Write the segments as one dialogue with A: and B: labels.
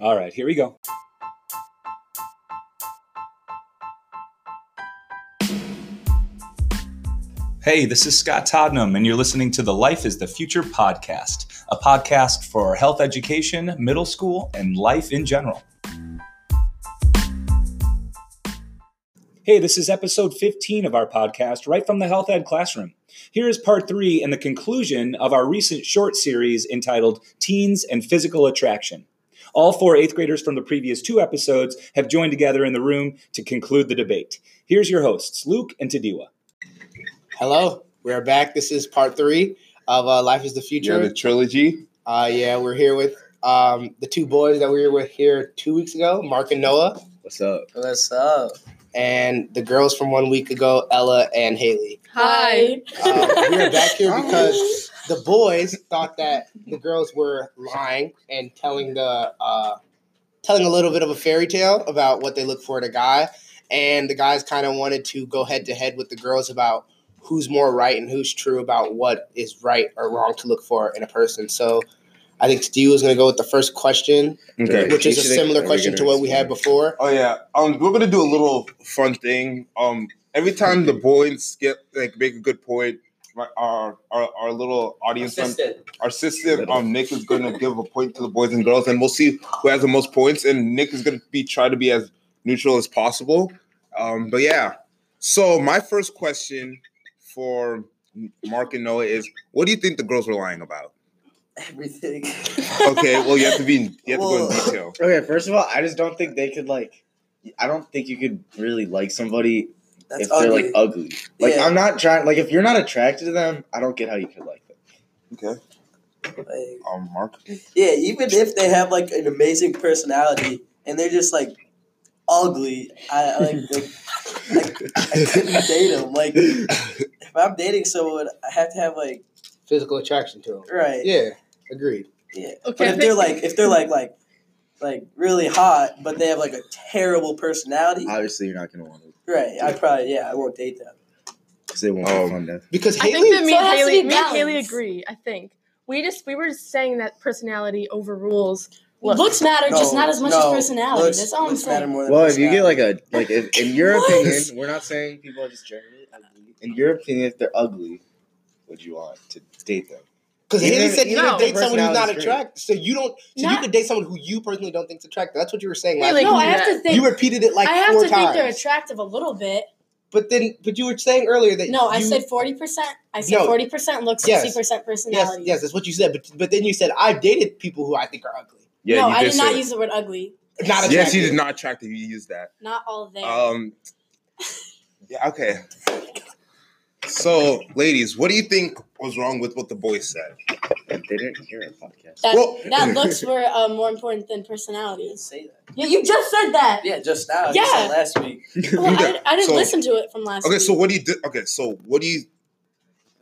A: All right, here we go. Hey, this is Scott Todnum, and you're listening to the Life is the Future podcast, a podcast for health education, middle school, and life in general. Hey, this is episode 15 of our podcast, right from the Health Ed Classroom. Here is part three and the conclusion of our recent short series entitled Teens and Physical Attraction. All four eighth graders from the previous two episodes have joined together in the room to conclude the debate. Here's your hosts, Luke and Tadiwa.
B: Hello, we are back. This is part three of uh, Life is the
C: Yeah,
B: Future.
C: the trilogy.
B: uh, yeah, we're here with um, the two boys that we were with here two weeks ago, Mark and Noah,
C: What's up?
D: What's up?
B: and the girls from one week ago, Ella and Haley.
E: Hi.
B: Um, we are back here because the boys thought that the girls were lying and telling the uh, telling a little bit of a fairy tale about what they look for in a guy, and the guys kind of wanted to go head to head with the girls about who's more right and who's true about what is right or wrong to look for in a person. So. I think Steve is going to go with the first question, which is a similar question to what we had before.
C: Oh yeah. Um, we're gonna do a little fun thing. Um, every time the boys skip, like make a good point, my- our our, our little audience, mem- our assistant, um, Nick is gonna give a point to the boys and girls, and we'll see who has the most points. And Nick is gonna be try to be as neutral as possible. Um, but yeah. So my first question for Mark and Noah is, what do you think the girls were lying about?
D: Everything.
C: Okay, well you have to be you have to go in
D: Well-
C: detail.
F: Okay, first of all, I just don't think they could like. I don't think you could really like somebody
D: That's
F: if
D: ugly.
F: they're like ugly. Like
D: Yeah.
F: I'm not trying. Like if you're not attracted to them, I don't get how you could like them.
C: Okay.
D: Like,
C: Um, Mark.
D: yeah, even if they have like an amazing personality and they're just like ugly, I, I like, like I couldn't date them. Like if I'm dating someone, I have to have like
B: Physical attraction to him.
D: right.
B: Yeah, agreed.
D: But if they're like if they're like like like really hot, but they have like a terrible personality,
F: Obviously, you're not gonna want it
D: right? I probably yeah, I won't date them.
F: because they won't
C: Oh.
F: be fun. To,
B: Because
E: I
B: Haley,
E: think that me
G: So
E: and
G: it has to
E: Haley,
G: be
E: me and Haley
G: balanced.
E: agree. I think we just we were saying that personality overrules. Look,
G: Looks matter, just
D: No,
G: not as much
D: no,
G: as personality.
D: looks-
G: That's all I'm
D: looks matter
G: saying.
D: more than
F: well, if you get
D: personality.
F: like a like, if, in your
G: What?
F: opinion, we're not saying people are just generally ugly. In your opinion, if they're ugly, would you want to date them?
B: Because
F: Even
B: Haley
F: if-
B: said you
E: even
B: can
E: if
B: date
F: their
B: someone who's not
F: personality is great.
B: attracted. So you don't. So you
G: Not-
B: could date someone who you personally don't think's attractive. That's what you were saying.
E: Haley,
B: last
G: no,
B: week.
G: I have to think.
B: you repeated it like
G: I have
B: four
G: to think
B: times.
G: they're attractive a little bit.
B: but then, but you were saying earlier that
G: No, I
B: you-
G: said forty percent. I
B: No.
G: said forty percent looks,
B: Yes.
G: sixty percent
B: yes,
G: personality.
B: yes. That's what you said. But but then you said I've dated people who I think are ugly,
C: Yeah,
G: no,
C: you
G: I
C: just
G: did not
C: said-
G: use the word ugly.
B: not attractive.
C: Yes, he did not attractive. You used that.
G: Not all there.
B: Oh.
C: Um, yeah, okay. So, ladies, what do you think was wrong with what the boys said?
F: They didn't hear a podcast.
G: that,
C: well-
G: that looks were uh, more important than personalities.
D: say that.
G: You, you just said that.
D: Yeah, just now. Yeah.
G: Yeah.
D: last week.
G: Well, I, I didn't
C: So-
G: listen to it from last.
C: Okay,
G: week.
C: so what do you? Di- okay, so what do you?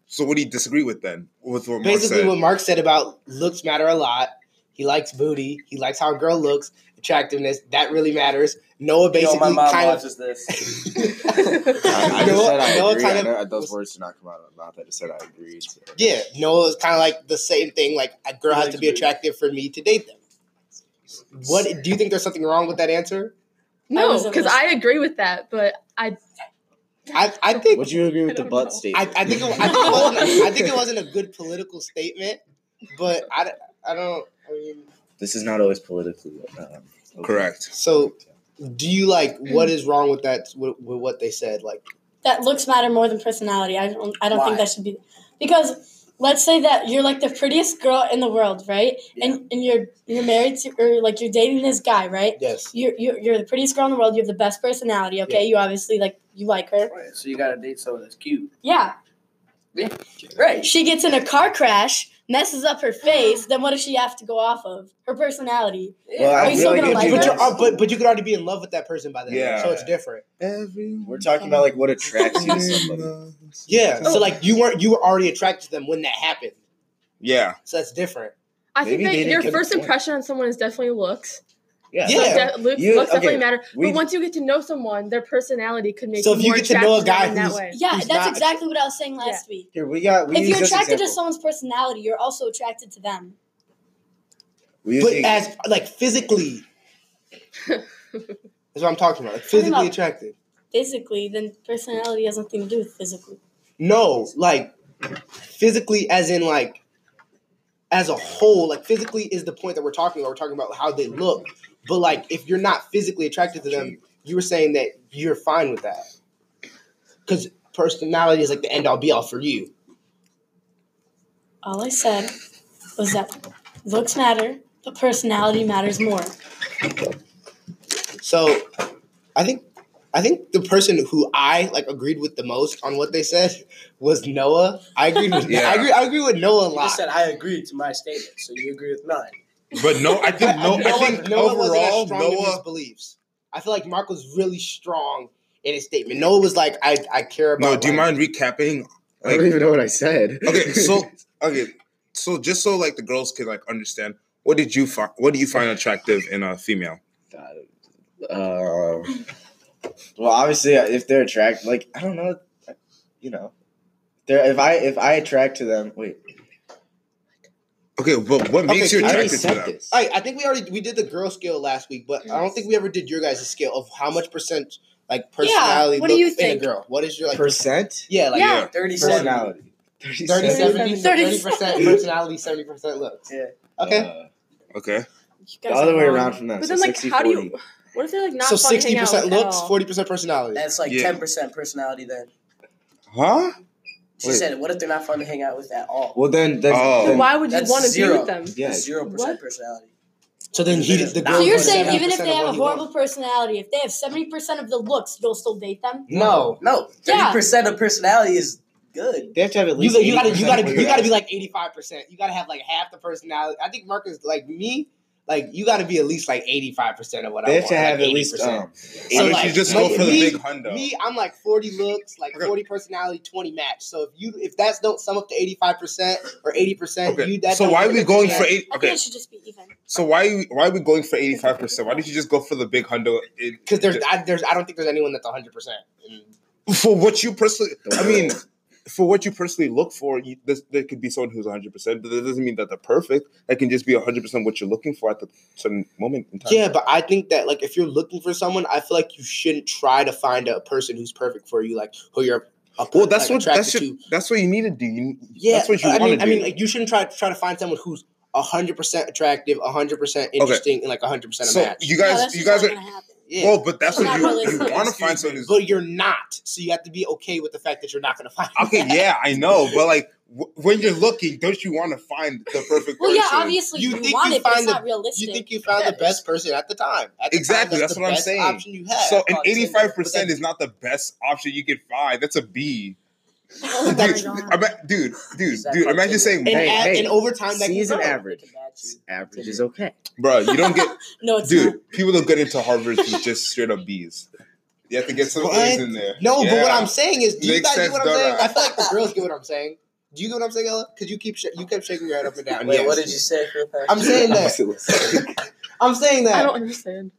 C: So what do you disagree with then? With what Mark
B: Basically,
C: said?
B: what Mark said about looks matter a lot. He likes booty. He likes how a girl looks. Attractiveness that really matters. Noah
D: You know,
B: basically
D: my mom
B: kind of.
D: watches this.
F: I, I just
B: Noah-
F: said I
B: Noah
F: agree.
B: kind
F: I
B: of
F: know those
B: was-
F: words did not come out of my mouth. I just said I agreed. so-
B: Yeah, Noah is kind of like the same thing. Like a girl has to be attractive for me to date them. What do you think? There's something wrong with that answer?
G: I
E: no,
G: wasn't
E: because I agree with that, but I
B: I, I think
F: Would you agree
E: I
F: with the
E: don't know.
F: butt statement?
B: I, I think it, I think it wasn't I think it wasn't a good political statement, but I, don't- I don't. I mean,
F: this is not always politically um, okay.
C: Correct.
B: so do you like what is wrong with that? With, with what they said, like
G: that looks matter more than personality. I don't I don't
D: Why?
G: think that should be because let's say that you're like the prettiest girl in the world, right? And and you're you're married to or like you're dating this guy, right?
B: yes,
G: You're you're, you're the prettiest girl in the world. You have the best personality. Okay, you obviously like you like her.
D: Right, so you gotta date someone that's cute.
G: Yeah.
D: Right.
G: She gets in a car crash, messes up her face. then what does she have to go off of? Her personality.
F: Well, I'm
G: Are you still
F: really
G: gonna like
F: confused.
B: but
G: her?
B: you're uh, but but you could already be in love with that person by then,
C: Yeah.
B: so it's different.
F: We're talking about like what attracts you to somebody.
B: Yeah,
G: Oh.
B: so like you weren't you were already attracted to them when that happened,
C: Yeah.
B: so that's different.
E: I
F: Maybe they
E: think that
F: didn't
E: your
F: get the
E: first
F: point.
E: impression on someone is definitely looks.
B: Yeah.
E: Look de- look-
F: You-
E: looks definitely
F: okay,
E: matter.
F: we-
E: but once you get to know someone, their personality could make
B: So
E: you
B: if you
E: more
B: get to know a
E: attracted
B: guy
E: in that
B: who's-
E: way.
G: Yeah,
B: She's
G: that's
B: not-
G: exactly what I was saying last week.
F: Here we got. We
G: if
F: use
G: you're
F: this
G: attracted to
F: example.
G: someone's personality, you're also attracted to them.
F: we use
B: But
F: the-
B: as like physically, That's what I'm talking about. Like
G: Talking
B: physically
G: about-
B: attractive.
G: Physically, then personality has nothing to do with physically.
B: No, like physically, as in like as a whole. Like physically is the point that we're talking about. We're talking about how they look. But like, if you're not physically attracted to them, you were saying that you're fine with that because personality is like the end all be all for you.
G: All I said was that looks matter, but personality matters more.
B: So, I think. I think the person who I like agreed with the most on what they said was Noah. I agreed with
C: Yeah.
B: I agree I agree with Noah a
D: You
B: lot.
D: just said I agree to my statement, so you agree with mine.
C: But no, I think no, I think
B: wasn't as
C: overall
B: strong in his
C: Noah.
B: beliefs. I feel like Mark was really strong in his statement. Noah was like, I, I care about.
C: No, do you
B: like-
C: mind recapping?
F: I don't even know what I said.
C: Okay, so okay, so just so like the girls can like understand, what did you find? What do you find attractive in a female?
F: uh, well, obviously, uh, if they're attracted, like I don't know, you know, they're if I if I attract to them, wait,
C: Okay, but what makes
B: Okay,
C: you
F: I already
C: attracted to
F: said
C: them?
F: this.
B: I, I think we already we did the girl scale last week, but I don't think we ever did your guys' scale of how much percent like personality
G: what do you
B: look
G: think?
B: in a girl. What is your like?
F: percent
B: yeah, like
E: Yeah.
D: Thirty-seven.
F: personality.
B: 30, 70,
G: 30.
B: 30% personality, 70% looks.
D: Yeah.
B: Okay.
F: Uh,
C: Okay,
E: You
F: the
E: guys are
F: other way
E: wrong.
F: around from them.
E: But
F: so
E: then, like,
F: 60,
E: how do
F: 40.
E: you? What if they're like not
B: so
E: fun to hang out
B: 60%
E: with at
B: looks,
E: all?
B: 40% personality.
D: That's like
C: Yeah.
D: ten percent personality. Then
C: huh?
D: she
C: Wait.
D: said, "What if they're not fun to hang out with at all?"
F: Well, then that's
C: Oh.
E: Then
F: then,
E: why would you
D: That's
E: want to be
D: zero.
E: with them?
F: yeah.
D: Zero
E: What?
D: percent personality.
B: So then he
D: That
B: the
D: is
B: girl.
D: not
G: So
D: But
G: you're
B: was
G: saying even if
B: 70%
G: they
B: of
G: have
B: what
G: a
B: he wants.
G: horrible personality, if they have seventy percent of the looks, you'll still date them?
B: No,
D: No, thirty
G: Yeah.
D: percent of personality is good.
F: they have to have at
B: You,
F: least.
B: you gotta you
F: 80%
B: gotta
F: of what
B: you
F: you're
B: gotta be
F: asking.
B: like eighty five percent. You gotta have like half the personality. I think Marcus like me, like you gotta be at least like eighty five percent of what
F: They
B: I
F: have
B: want.
F: to have
B: like
F: at least.
B: 80%.
F: Um,
C: Why
B: So,
C: don't
B: like,
C: you just
B: like,
C: go for the
B: me-
C: big hundo?
B: me, I'm like forty looks, like
C: um, Okay.
B: forty personality, twenty match. So if you if that's don't sum up to eighty five percent or eighty percent,
C: okay,
B: you that
C: so
B: don't
C: why are
B: work
C: we
B: out
C: going
B: yet.
C: for eight?
G: I think
C: Okay,
G: it should just be even.
C: so why why are we going for eighty five percent? Why didn't you just go for the big hundo? in-
B: Because there's I, there's I don't think there's anyone that's hundred percent.
C: for what you personally, I mean, for what you personally look for, you, this, there could be someone who's 100, percent but that doesn't mean that they're perfect. That can just be 100 percent what you're looking for at the certain moment in time.
B: Yeah, but I think that like if you're looking for someone, I feel like you shouldn't try to find a person who's perfect for you, like who you're. a-
C: Well, that's
B: like,
C: what that's
B: attracted
C: your,
B: to.
C: that's what you need to do. You,
B: Yeah,
C: that's what you
B: I
C: want to
B: mean,
C: do.
B: I mean, like you shouldn't try try to find someone who's hundred percent attractive, hundred percent interesting, and like hundred percent a
C: so
B: match.
C: you
G: No,
C: guys,
G: that's
C: you guys
G: just not
C: are.
G: gonna happen.
B: yeah,
C: Well, but that's what
G: Not
C: you, you
G: realistic.
C: want to find someone who's
B: but you're not, so you have to be okay with the fact that you're not going to find.
C: okay.
B: that.
C: Yeah, I know, but like w- when you're looking, don't you want to find the perfect?
G: Well, yeah,
C: person?
G: obviously
B: You
G: you,
B: think
G: want
B: you
G: it, but
B: find
G: it's
B: the-
G: not realistic.
B: You think you found the best person at the time. At the time,
C: Exactly, that's
B: the
C: what I'm
B: best
C: saying.
B: Option you had.
C: So an
D: on Tinder,
C: eighty-five
D: but
C: percent
D: that's-
C: is not the best option you can find. That's a B,
G: oh my
C: dude.
G: god.
C: ima- dude, dude,
D: Is that
C: dude.
D: on
C: Imagine
D: Tinder?
C: saying,
B: and,
F: Hey,
B: at,
F: hey,
B: and over time, that
F: season
B: can grow.
F: average.
D: They can match you.
F: Average is okay.
C: bro, you don't get,
G: No, it's
C: dude.
G: not.
C: People that get into Harvard with just straight up B's. You have to get some
B: What?
C: A's in there.
B: No, but what
C: Yeah.
B: I'm saying is, do you
C: Makes
B: guys
C: sense,
B: get what I'm
C: don't
B: saying?
C: I?
B: I feel like the girls get what I'm saying. Do you get what I'm saying, Ella? Because you keep sh- you kept shaking your head up and down.
D: Wait,
B: Yes.
D: what did you say? real fast?
B: I'm saying that. I'm saying
E: I
B: that.
E: don't understand.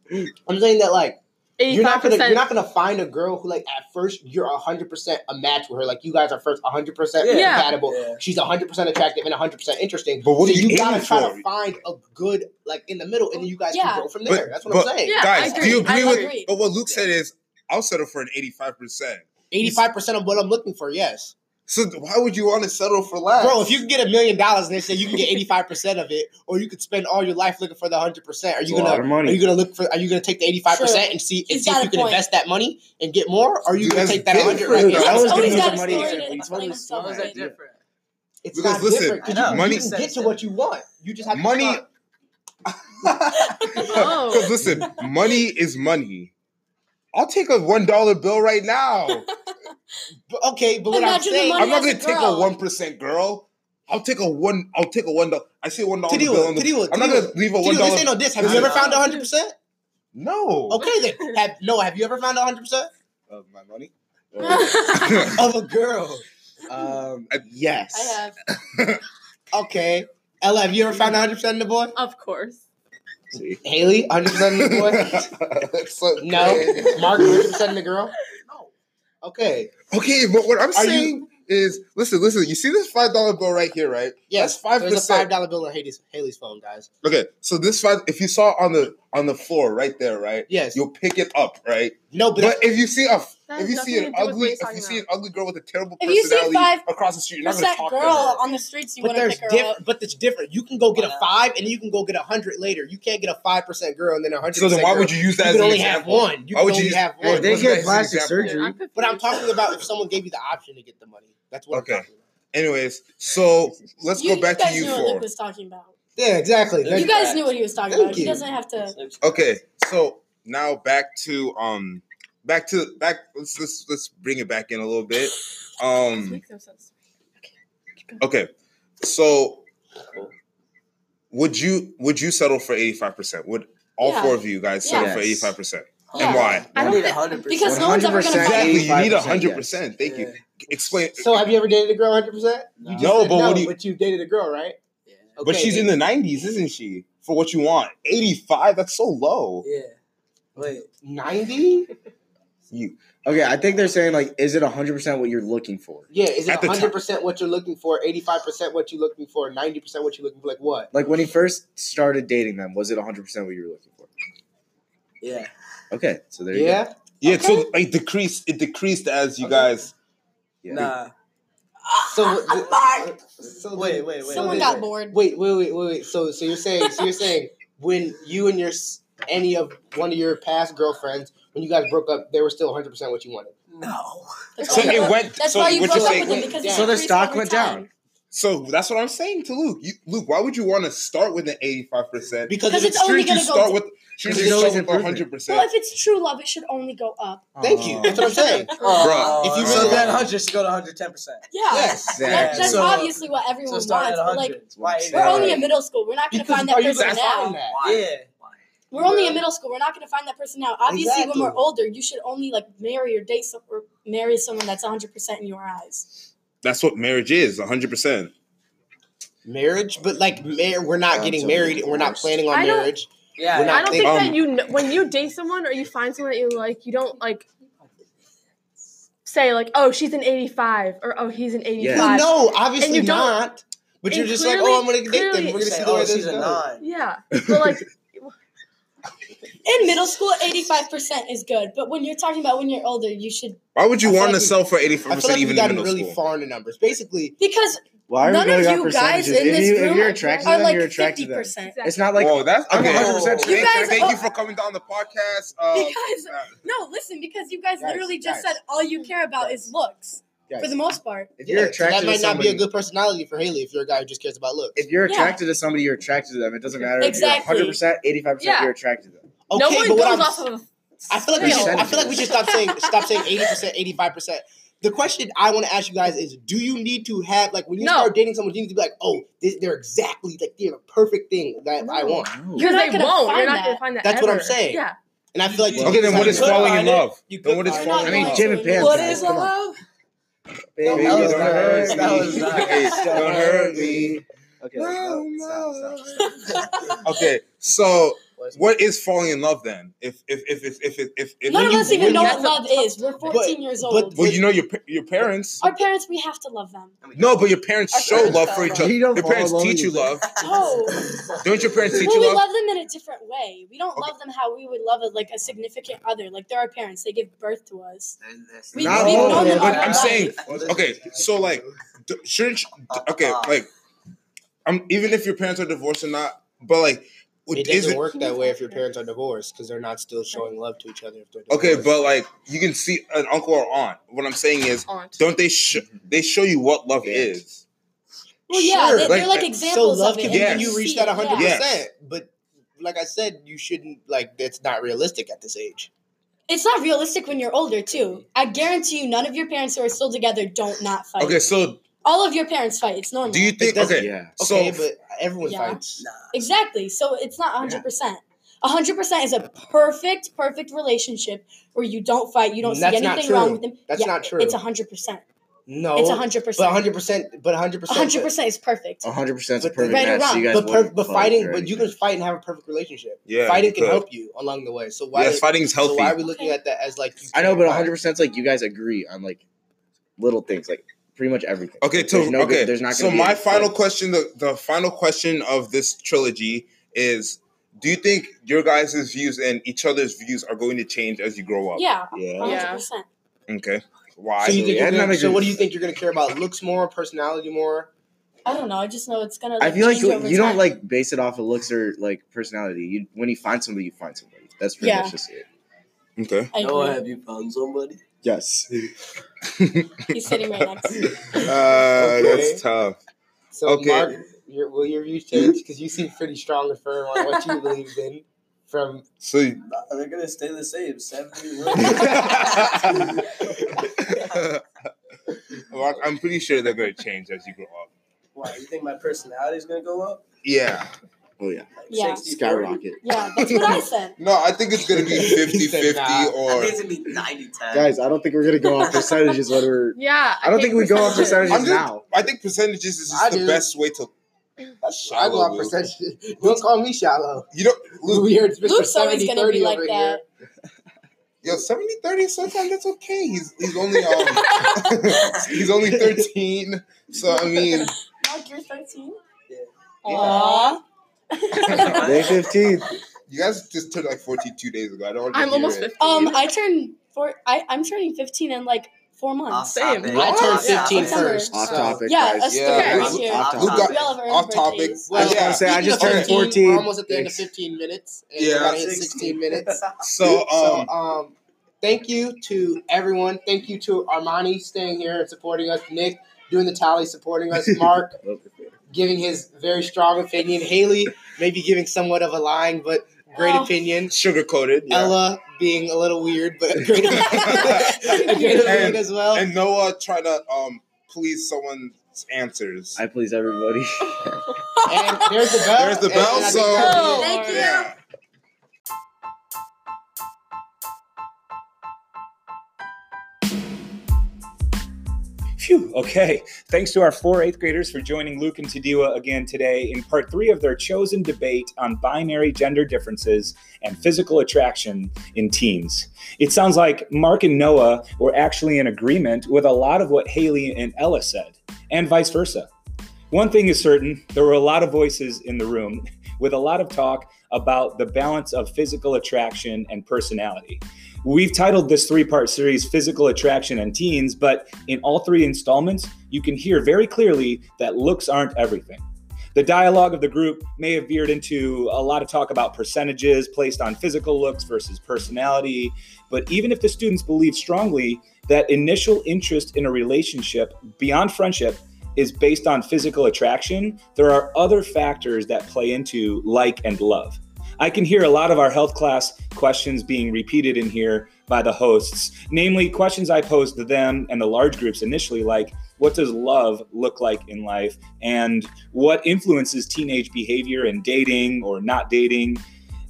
B: I'm saying that like you're
E: Eighty-five
B: not gonna you're
E: percent.
B: not gonna find a girl who like at first you're hundred percent a match with her. Like you guys are first hundred percent
D: Yeah.
E: Yeah.
B: compatible.
D: Yeah.
B: She's hundred percent attractive and hundred percent interesting.
C: But what
B: so
C: are you
B: gotta
C: aiming
B: try
C: for?
B: to find a good like in the middle, and then you guys
G: Yeah.
B: can go from
C: But-
B: there. That's what
C: but-
B: I'm saying.
E: Yeah,
C: Guys,
E: I
C: do you
E: agree.
C: agree
E: I
C: with?
G: agree.
C: But what Luke said is, I'll settle for an eighty-five percent.
B: Eighty-five percent of what I'm looking for, yes,
C: So why would you want to settle for less,
B: bro. If you can get a million dollars and they say you can get eighty-five percent of it, or you could spend all your life looking for the hundred percent, are
F: It's
B: you
F: a lot
B: gonna
F: of
B: are
F: money.
B: you gonna look for? Are you gonna take the eighty-five percent and see and
G: He's
B: see
G: got
B: if
G: a
B: you can
G: point.
B: invest that money and get more, or are you
C: Dude,
B: gonna
C: that's
B: take that hundred?
C: different,
B: Right
C: though.
B: now?
F: I
G: He's
F: was gonna
G: always
F: use
G: got
F: the
G: a
F: money
G: story
F: example.
G: to
F: You
G: explain
F: totally
G: himself.
D: How is
F: suck.
D: that
G: Like,
D: different?
B: It's
C: Because
B: not
C: listen,
B: different
D: I
B: because
D: know.
B: you,
C: money-
B: you can get to what you want. You just have to
C: Money-
B: try.
G: Oh.
C: Because listen, money is money. I'll take a one dollar bill right now.
B: But, okay, but what
G: Imagine
B: I'm
G: the
B: saying,
G: money
C: I'm not
G: as a
C: gonna take a
G: girl.
C: one percent girl. I'll take a one. I'll take a one dollar. I say one dollar
B: To deal
C: bill.
B: with,
C: On the,
B: to deal with,
C: I'm
B: to
C: not
B: deal
C: gonna leave a
B: Dude,
C: one
B: this ain't
C: dollar.
B: no diss. Have you ever found hundred percent?
C: No.
B: Okay, then have no. Have you ever found hundred percent
F: Of my money.
B: of a girl?
F: Um,
C: I-
F: yes.
G: I have.
B: Okay, Ella, have you ever found hundred percent of the boy?
E: of course.
F: See.
B: Haley, hundred percent of the boy.
C: So
B: No,
C: crazy.
B: Mark, hundred percent of the girl. No. Okay,
C: Okay, but what I'm
B: Are you-
C: saying is listen, listen. You see this five dollar bill right here, right?
B: Yes,
C: That's
B: There's a five
C: 5%.
B: dollar bill on Haley's, Haley's phone, guys.
C: Okay, so this five, if you saw it on the on the floor right there, right,
B: Yes.
C: you'll pick it up, right?
B: no, but,
C: But if you see a if
E: That has
C: you see an
E: nothing to do with
C: ugly
E: what he's
C: if you
E: talking
C: see an
E: about.
C: ugly girl with a terrible
G: If you see
C: personality
G: five-
C: across the street, you're not
G: What's
C: gonna
G: that
C: talk to her.
G: girl on the streets? You
B: but
G: want to
B: there's
G: pick her
B: diff-
G: up?
B: but it's different. You can go get a
D: Why not?
B: five, and you can go get a hundred later. You can't get a five percent girl and then a hundred.
C: So then, why would you use
B: You
C: that? as
B: can
C: an
B: only have
C: example?
B: one. You
C: Why
B: can
C: would you
B: only
C: use-
B: have
C: Hey,
B: one.
C: they
B: What's
C: get
B: the best
C: plastic
B: example?
E: Dude,
F: surgery.
E: I'm confused.
B: But I'm talking about if someone gave you the option to get the money. That's what
C: Okay.
B: I'm talking about.
C: Anyways, so let's
G: you,
C: go back
G: you
C: to
G: guys
C: you
G: knew what Luke
C: for
G: was talking about.
B: Yeah, exactly.
D: Thank
G: You
B: That's-
G: guys knew what he was talking about.
B: Thank
G: He
B: you.
G: doesn't have to.
C: okay. So now back to um back to back. Let's let's let's bring it back in a little bit.
E: This
C: Um.
E: makes no sense.
C: Okay. So
D: Cool.
C: would you would you settle for eighty five percent? Would all
G: Yeah.
C: four of you guys settle
F: Yes.
C: for eighty five percent?
G: Yeah.
C: And why?
E: I don't
D: need
E: think-
D: 100%.
G: because no one's ever gonna
F: 100%.
G: find
C: Exactly. You need
F: 85%,
C: hundred percent. Thank you.
D: Yeah.
C: Explain.
B: So have you ever dated a girl 100? percent
D: No.
C: No, but what do you-
B: But you dated a girl, right?
D: Yeah.
C: but she's in
B: the.
C: the nineties, isn't she? For what you want, eighty five. That's so low.
D: Yeah. Wait.
B: 90?
C: You
F: Okay, I think they're saying like, is it hundred percent what you're looking for?
B: Yeah, is it
C: At the time.
B: 100% what you're looking for, 85% what you're looking for, 90% what you're looking for? Like what?
F: Like when he first started dating them, was it hundred percent what you were looking for?
D: Yeah.
F: Okay, so there you go.
B: yeah?
C: yeah. So
G: Okay.
C: it decreased. It decreased as you
D: Okay.
C: guys.
F: Yeah.
D: Nah.
B: So,
D: Ah, I'm back.
B: so
D: Wait, wait, wait.
G: Someone
B: wait,
G: got
B: wait.
G: bored.
B: Wait, wait, wait, wait, wait. So, so you're saying, so you're saying, when you and your s- any of one of your past girlfriends, when you guys broke up, they were still 100 percent what you wanted.
D: No.
G: That's
C: So
G: why you
C: it
G: broke-
C: went.
G: That's
C: so
G: why you
C: what
G: broke
C: you're
G: up
C: saying?
G: with him
B: wait,
G: because
B: yeah.
G: it
B: So
F: the
G: increased
F: stock
G: over
F: went
G: time.
F: down.
C: So that's what I'm saying to Luke. You, Luke, why would you want to start with an eighty-five percent?
B: Because
G: Because
B: if
G: it's
B: it's
G: only
C: Shouldn't you
G: gonna go
C: start
G: d-
C: with? Shouldn't
F: There's
C: you start
F: always
C: with
F: improvement.
C: hundred
G: Well,
C: percent?
G: if it's true love, it should only go up.
B: thank you. That's what I'm saying.
C: Bruh,
B: if you
D: so
B: really-
D: then 100 should go to 110. percent
G: Yeah.
B: Yes.
F: Yeah.
G: That- that's
D: so-
G: obviously what everyone
D: So start
G: wants.
D: at
G: But
D: 100.
G: like,
D: Why?
F: We're
G: we're
F: Yeah.
G: only in middle school. We're not gonna
B: Because
G: find that
B: are you
G: person
B: gonna
G: now.
B: find that?
D: Yeah.
G: We're only in middle school. We're not going to find that person now. Obviously, when we're
B: Exactly.
G: older, you should only like marry or date some, or marry someone that's 100% in your eyes.
C: That's what marriage is. hundred percent.
B: Marriage, but like, mar- we're not
F: Um,
B: getting
F: so
B: married
F: we-
B: and we're not planning on
E: I don't-
B: marriage.
D: Yeah.
B: We're
E: I
B: not
E: don't think
C: thinking-
E: that you kn- when you date someone or you find someone that you like, you don't like say like, oh, she's an 85 or oh, he's an 85.
B: Well, no,
E: And
B: obviously
E: you don't-
B: not. But
E: and
B: you're just like,
E: clearly-
B: oh, I'm gonna date them.
E: clearly-
B: We're
D: We're
B: gonna
D: gonna
B: see the way
D: oh,
B: this
D: she's a
B: goes.
D: nine.
E: Yeah, but like,
G: In middle school, 85% is good. But when you're talking about when you're older, you should.
C: Why would you
B: I feel
C: want to
B: like we-
C: sell for eighty-five
B: I feel
C: percent
B: like we've
C: even in
B: gotten
C: middle
B: really
C: school?
B: far in the numbers. Basically,
G: Because
F: Why are
G: none
F: we
G: of
F: going
G: you
F: off
G: guys
F: percentages?
G: in
F: if
G: this
F: you, if
G: room
F: you're
G: are-
F: attracted to
G: are
F: them,
G: like
F: you're attracted to them.
G: 50%.
F: It's not like
C: Whoa, that's
F: I'm
C: okay.
F: 100%
D: You
C: Thank
G: guys-
C: Thank you
G: oh.
C: for coming down the podcast. Uh,
G: Because- No, listen, because you guys
F: Guys,
G: literally just
F: guys.
G: said all you care about is looks for the
F: guys,
G: most part.
F: if
B: Yeah,
F: you're
B: so
F: attracted
B: that might
F: to
B: not
F: somebody,
B: be a good personality for Haley if you're a guy who just cares about looks.
F: if you're
G: Yeah.
F: attracted to somebody, you're attracted to them. It doesn't matter
G: Exactly.
F: if you're 100%, 85%
E: Yeah.
F: you're attracted to them.
B: Okay,
E: no
B: but
E: one goes
B: what I'm,
E: off of.
B: I feel like we should, I feel like we
F: Percentages.
B: should stop saying stop saying eighty percent, eighty five percent. The question I want to ask you guys is: Do you need to have like when you
E: No.
B: start dating someone, you need to be like, oh, this, they're exactly like they're the perfect thing that I want.
G: You're
E: Because
G: not
E: they
G: gonna
E: won't.
G: find
E: You're not
G: that.
E: going to find that.
B: That's what I'm
E: ever.
B: saying.
E: Yeah.
B: And I feel like
C: Okay, then what is
D: You could
C: falling in
D: find it.
C: love?
D: You
C: Then
D: could
C: what is
D: find
G: You're not
C: falling
F: I
C: in
G: going
F: mean,
C: love?
F: Jim and
G: to anymore.
F: Pam.
D: What
F: guys,
D: is
F: come on.
D: love?
F: Baby,
D: That was
F: don't
D: nice.
F: hurt me.
D: That was nice.
F: Hey, don't hurt me. Okay,
C: No,
F: stop, stop,
C: no.
F: stop.
C: Okay, so
D: What's-
C: what is falling in love then? If if if if if if, if, if
G: None of
B: you-
G: us even
B: when
G: know
E: you-
G: what love is. We're 14 years
B: but-
G: old.
C: well, you know your pa- your parents.
G: Our parents, we have to love them.
C: No, but your parents
D: Our
C: show
D: parents
C: love
D: show
C: for each
D: love.
C: other.
F: You
C: Your
F: don't fall
C: parents
F: in love
C: teach you
F: with
C: love.
G: Oh.
C: Don't your parents teach
G: Well, we
C: you love?
G: love them in a different way. We don't love them how we would love a, like a significant other. Like they're our parents; they give birth to us. We-
F: Not
G: we've
F: all of
G: known them
F: them,
G: our
F: but I'm
G: life.
C: saying- Okay, so like, d- shouldn't sh- d- okay,
F: Uh,
C: like, I'm even if your parents are divorced or not, but like,
B: it
C: is
B: doesn't
C: it
B: work that way if your parents are divorced because they're not still showing love to each other. If they're
C: okay?
B: divorced.
C: But like, you can see an uncle or aunt. What I'm saying is,
E: Aunt.
C: don't they sh-
F: Mm-hmm.
C: they show you what love
F: Yeah.
C: is?
G: Well, yeah,
B: Sure.
G: they,
C: Like-
G: they're like examples
B: so love
G: of it.
B: can
G: and
C: Yes.
B: when you
G: see
B: reach
G: it,
B: that
G: yeah.
B: 100%.
C: Yes.
B: But like I said, you shouldn't, like, that's not realistic at this age.
G: It's not realistic when you're older, too. I guarantee you, none of your parents who are still together don't not fight.
C: Okay, so
G: All of your parents fight. It's normal.
C: do you think?
B: doesn't-
C: Okay,
F: Yeah.
B: Okay,
C: so
B: but everyone
G: Yeah.
B: fights.
G: Exactly. So it's not 100%. 100% is a perfect, perfect relationship where you don't fight, you don't
B: That's
G: see
B: not
G: anything
B: true.
G: wrong with them.
B: That's
G: Yeah,
B: not true.
G: It's 100%.
B: No.
G: It's 100%.
B: But 100%, but 100%.
G: hundred percent is perfect.
F: 100% is a
B: But
F: perfect
G: right or
F: match. so
G: wrong,
F: you guys
B: But, but, per,
F: wouldn't
B: but
F: fuck
B: fighting,
F: or
B: but you
F: anything.
B: can fight and have a perfect relationship.
C: yeah,
B: fighting can
C: because-
B: help you along the way. So why,
C: Yes, fighting's
B: so
C: healthy.
B: why are we looking at that as like you
F: I know,
B: can't
F: but
B: fight?
F: 100% is like you guys agree on like little things. Like pretty much everything.
C: Okay,
F: Like,
C: so
F: there's no
C: okay,
F: good, there's not.
C: so
F: Gonna be
C: my
F: any-
C: final
F: like,
C: question, the, the final question of this trilogy is: Do you think your guys' views and each other's views are going to change as you grow up?
G: Yeah,
F: Yeah.
E: Yeah.
G: 100%.
C: Okay. Why?
A: So you think
F: Absolutely.
A: you're
F: And
A: gonna-
F: that
B: So what do
F: agrees.
B: you think you're gonna care about? Looks more, personality more.
G: I don't know. I just know it's going to
F: I
G: like,
F: feel like
G: change
F: you,
G: over
F: you
G: time.
F: don't like base it off of looks or like personality. You when you find somebody, you find somebody. That's pretty
G: Yeah.
F: much just it.
C: okay.
G: I
D: Oh,
G: agree.
D: have you found somebody?
F: Yes.
G: He's sitting right next to me.
C: Uh,
B: Okay.
C: That's tough.
B: So
C: Okay.
B: Mark, your, will your views change? Because you seem pretty strong and firm on what you believed in. From
C: So.
D: Nah, they're gonna stay the same. Seventy
C: Mark, I'm pretty sure they're going to change as you grow up.
D: Why? You think my personality's gonna go up?
C: Yeah.
F: Oh yeah.
D: Like
G: Yeah.
D: 60, 40?
F: Skyrocket.
G: Yeah, that's what I said.
C: No, I think it's going to be 50 50
B: Nah.
D: I
C: or.
D: think it's gonna be 90 10.
F: Guys, I don't think we're gonna go off percentages when we're.
E: Yeah.
F: I don't think we go off
E: percentage.
F: percentages
C: I'm just-
F: now.
C: I think percentages is
B: I
C: the
B: do.
C: best way to.
B: I go
C: Shallow.
B: on percentage. Don't call me shallow.
C: You don't. Luke,
B: Weird. Mr.
G: Luke's always
B: 70,
G: gonna be
B: 30
G: like
B: over
G: that.
B: here.
C: Yo, 70 30 sometimes that's okay. He's he's only um, he's only 13. So I mean
G: Mark, you're 13?
D: Yeah.
G: Aww.
F: Day fifteen.
C: you guys just turned like 42 days ago. I don't want to
E: I'm
C: hear
E: almost
C: it.
E: 50.
G: Um, I turned four. I I'm turning 15 in like four
D: Off
G: months.
E: Same.
D: topic.
B: I turned
D: Off topic.
B: 15
G: December.
B: first.
F: Off
B: so-
F: topic,
G: Yeah,
F: guys.
G: us
C: Yeah.
G: three
E: Yeah.
G: this year.
C: Off
D: Off
C: Luke got
D: topic.
G: We all have our
C: off
G: own
C: topic.
G: birthdays.
C: I
B: Well,
C: just wanna
F: say, I
B: speaking
F: just
B: of
F: turned
B: 15,
F: 14.
B: We're almost at the end of
F: Thanks.
B: 15 minutes. And
C: Yeah.
B: we're about to hit 16 minutes.
C: So um
B: so, um, thank you to everyone. Thank you to Armani staying here and supporting us. Nick doing the tally, supporting us. Mark giving his very strong opinion. Haley maybe giving somewhat of a lying but great
G: Oh.
B: opinion.
C: sugar coated. Yeah.
B: Ella being a little weird but great opinion, A great opinion
C: And-
B: as well.
C: And Noah trying to um please someone's answers.
F: I please everybody.
B: And there's the bell.
C: There's the bell,
B: And I think
C: so-
B: that'll be it.
E: Thank you.
C: yeah.
A: Phew, okay. Thanks to our four eighth graders for joining Luke and Tadiwa again today in part three of their chosen debate on binary gender differences and physical attraction in teens. It sounds like Mark and Noah were actually in agreement with a lot of what Haley and Ella said, and vice versa. One thing is certain there were a lot of voices in the room with a lot of talk about the balance of physical attraction and personality. We've titled this three part series Physical Attraction and Teens, but in all three installments, you can hear very clearly that looks aren't everything. The dialogue of the group may have veered into a lot of talk about percentages placed on physical looks versus personality, but even if the students believe strongly that initial interest in a relationship beyond friendship is based on physical attraction, there are other factors that play into like and love. I can hear a lot of our health class questions being repeated in here by the hosts, namely questions I posed to them and the large groups initially, like what does love look like in life and what influences teenage behavior in dating or not dating?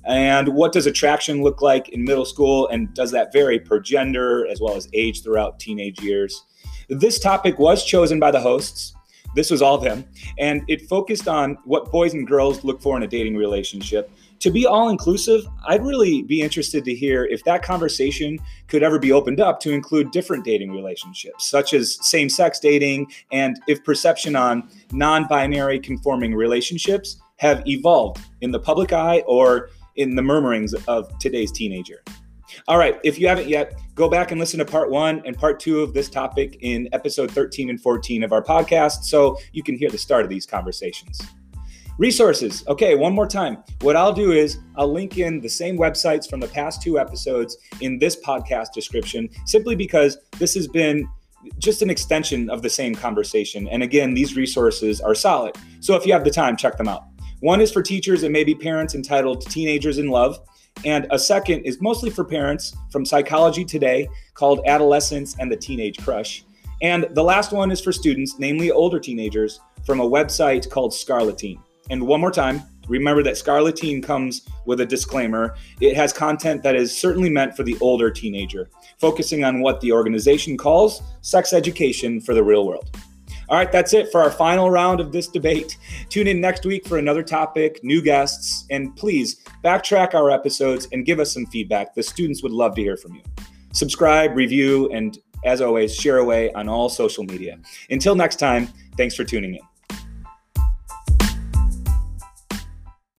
A: And what does attraction look like in middle school? And does that vary per gender as well as age throughout teenage years? This topic was chosen by the hosts. This was all them. And it focused on what boys and girls look for in a dating relationship. To be all inclusive, I'd really be interested to hear if that conversation could ever be opened up to include different dating relationships, such as same sex dating, and if perception on non binary conforming relationships have evolved in the public eye or in the murmurings of today's teenager. All right, if you haven't yet, go back and listen to part one and part two of this topic in episode 13 and 14 of our podcast so you can hear the start of these conversations. Resources. Okay, one more time. What I'll do is I'll link in the same websites from the past two episodes in this podcast description simply because this has been just an extension of the same conversation. And again, these resources are solid. So if you have the time, check them out. One is for teachers and maybe parents entitled Teenagers in Love. And a second is mostly for parents from Psychology Today called Adolescence and the Teenage Crush. And the last one is for students, namely older teenagers, from a website called Scarletine. And one more time, remember that Scarletine comes with a disclaimer. It has content that is certainly meant for the older teenager, focusing on what the organization calls sex education for the real world. All right, that's it for our final round of this debate. Tune in next week for another topic, new guests, and please backtrack our episodes and give us some feedback. The students would love to hear from you. Subscribe, review, and As always, share away on all social media. Until next time, thanks for tuning in.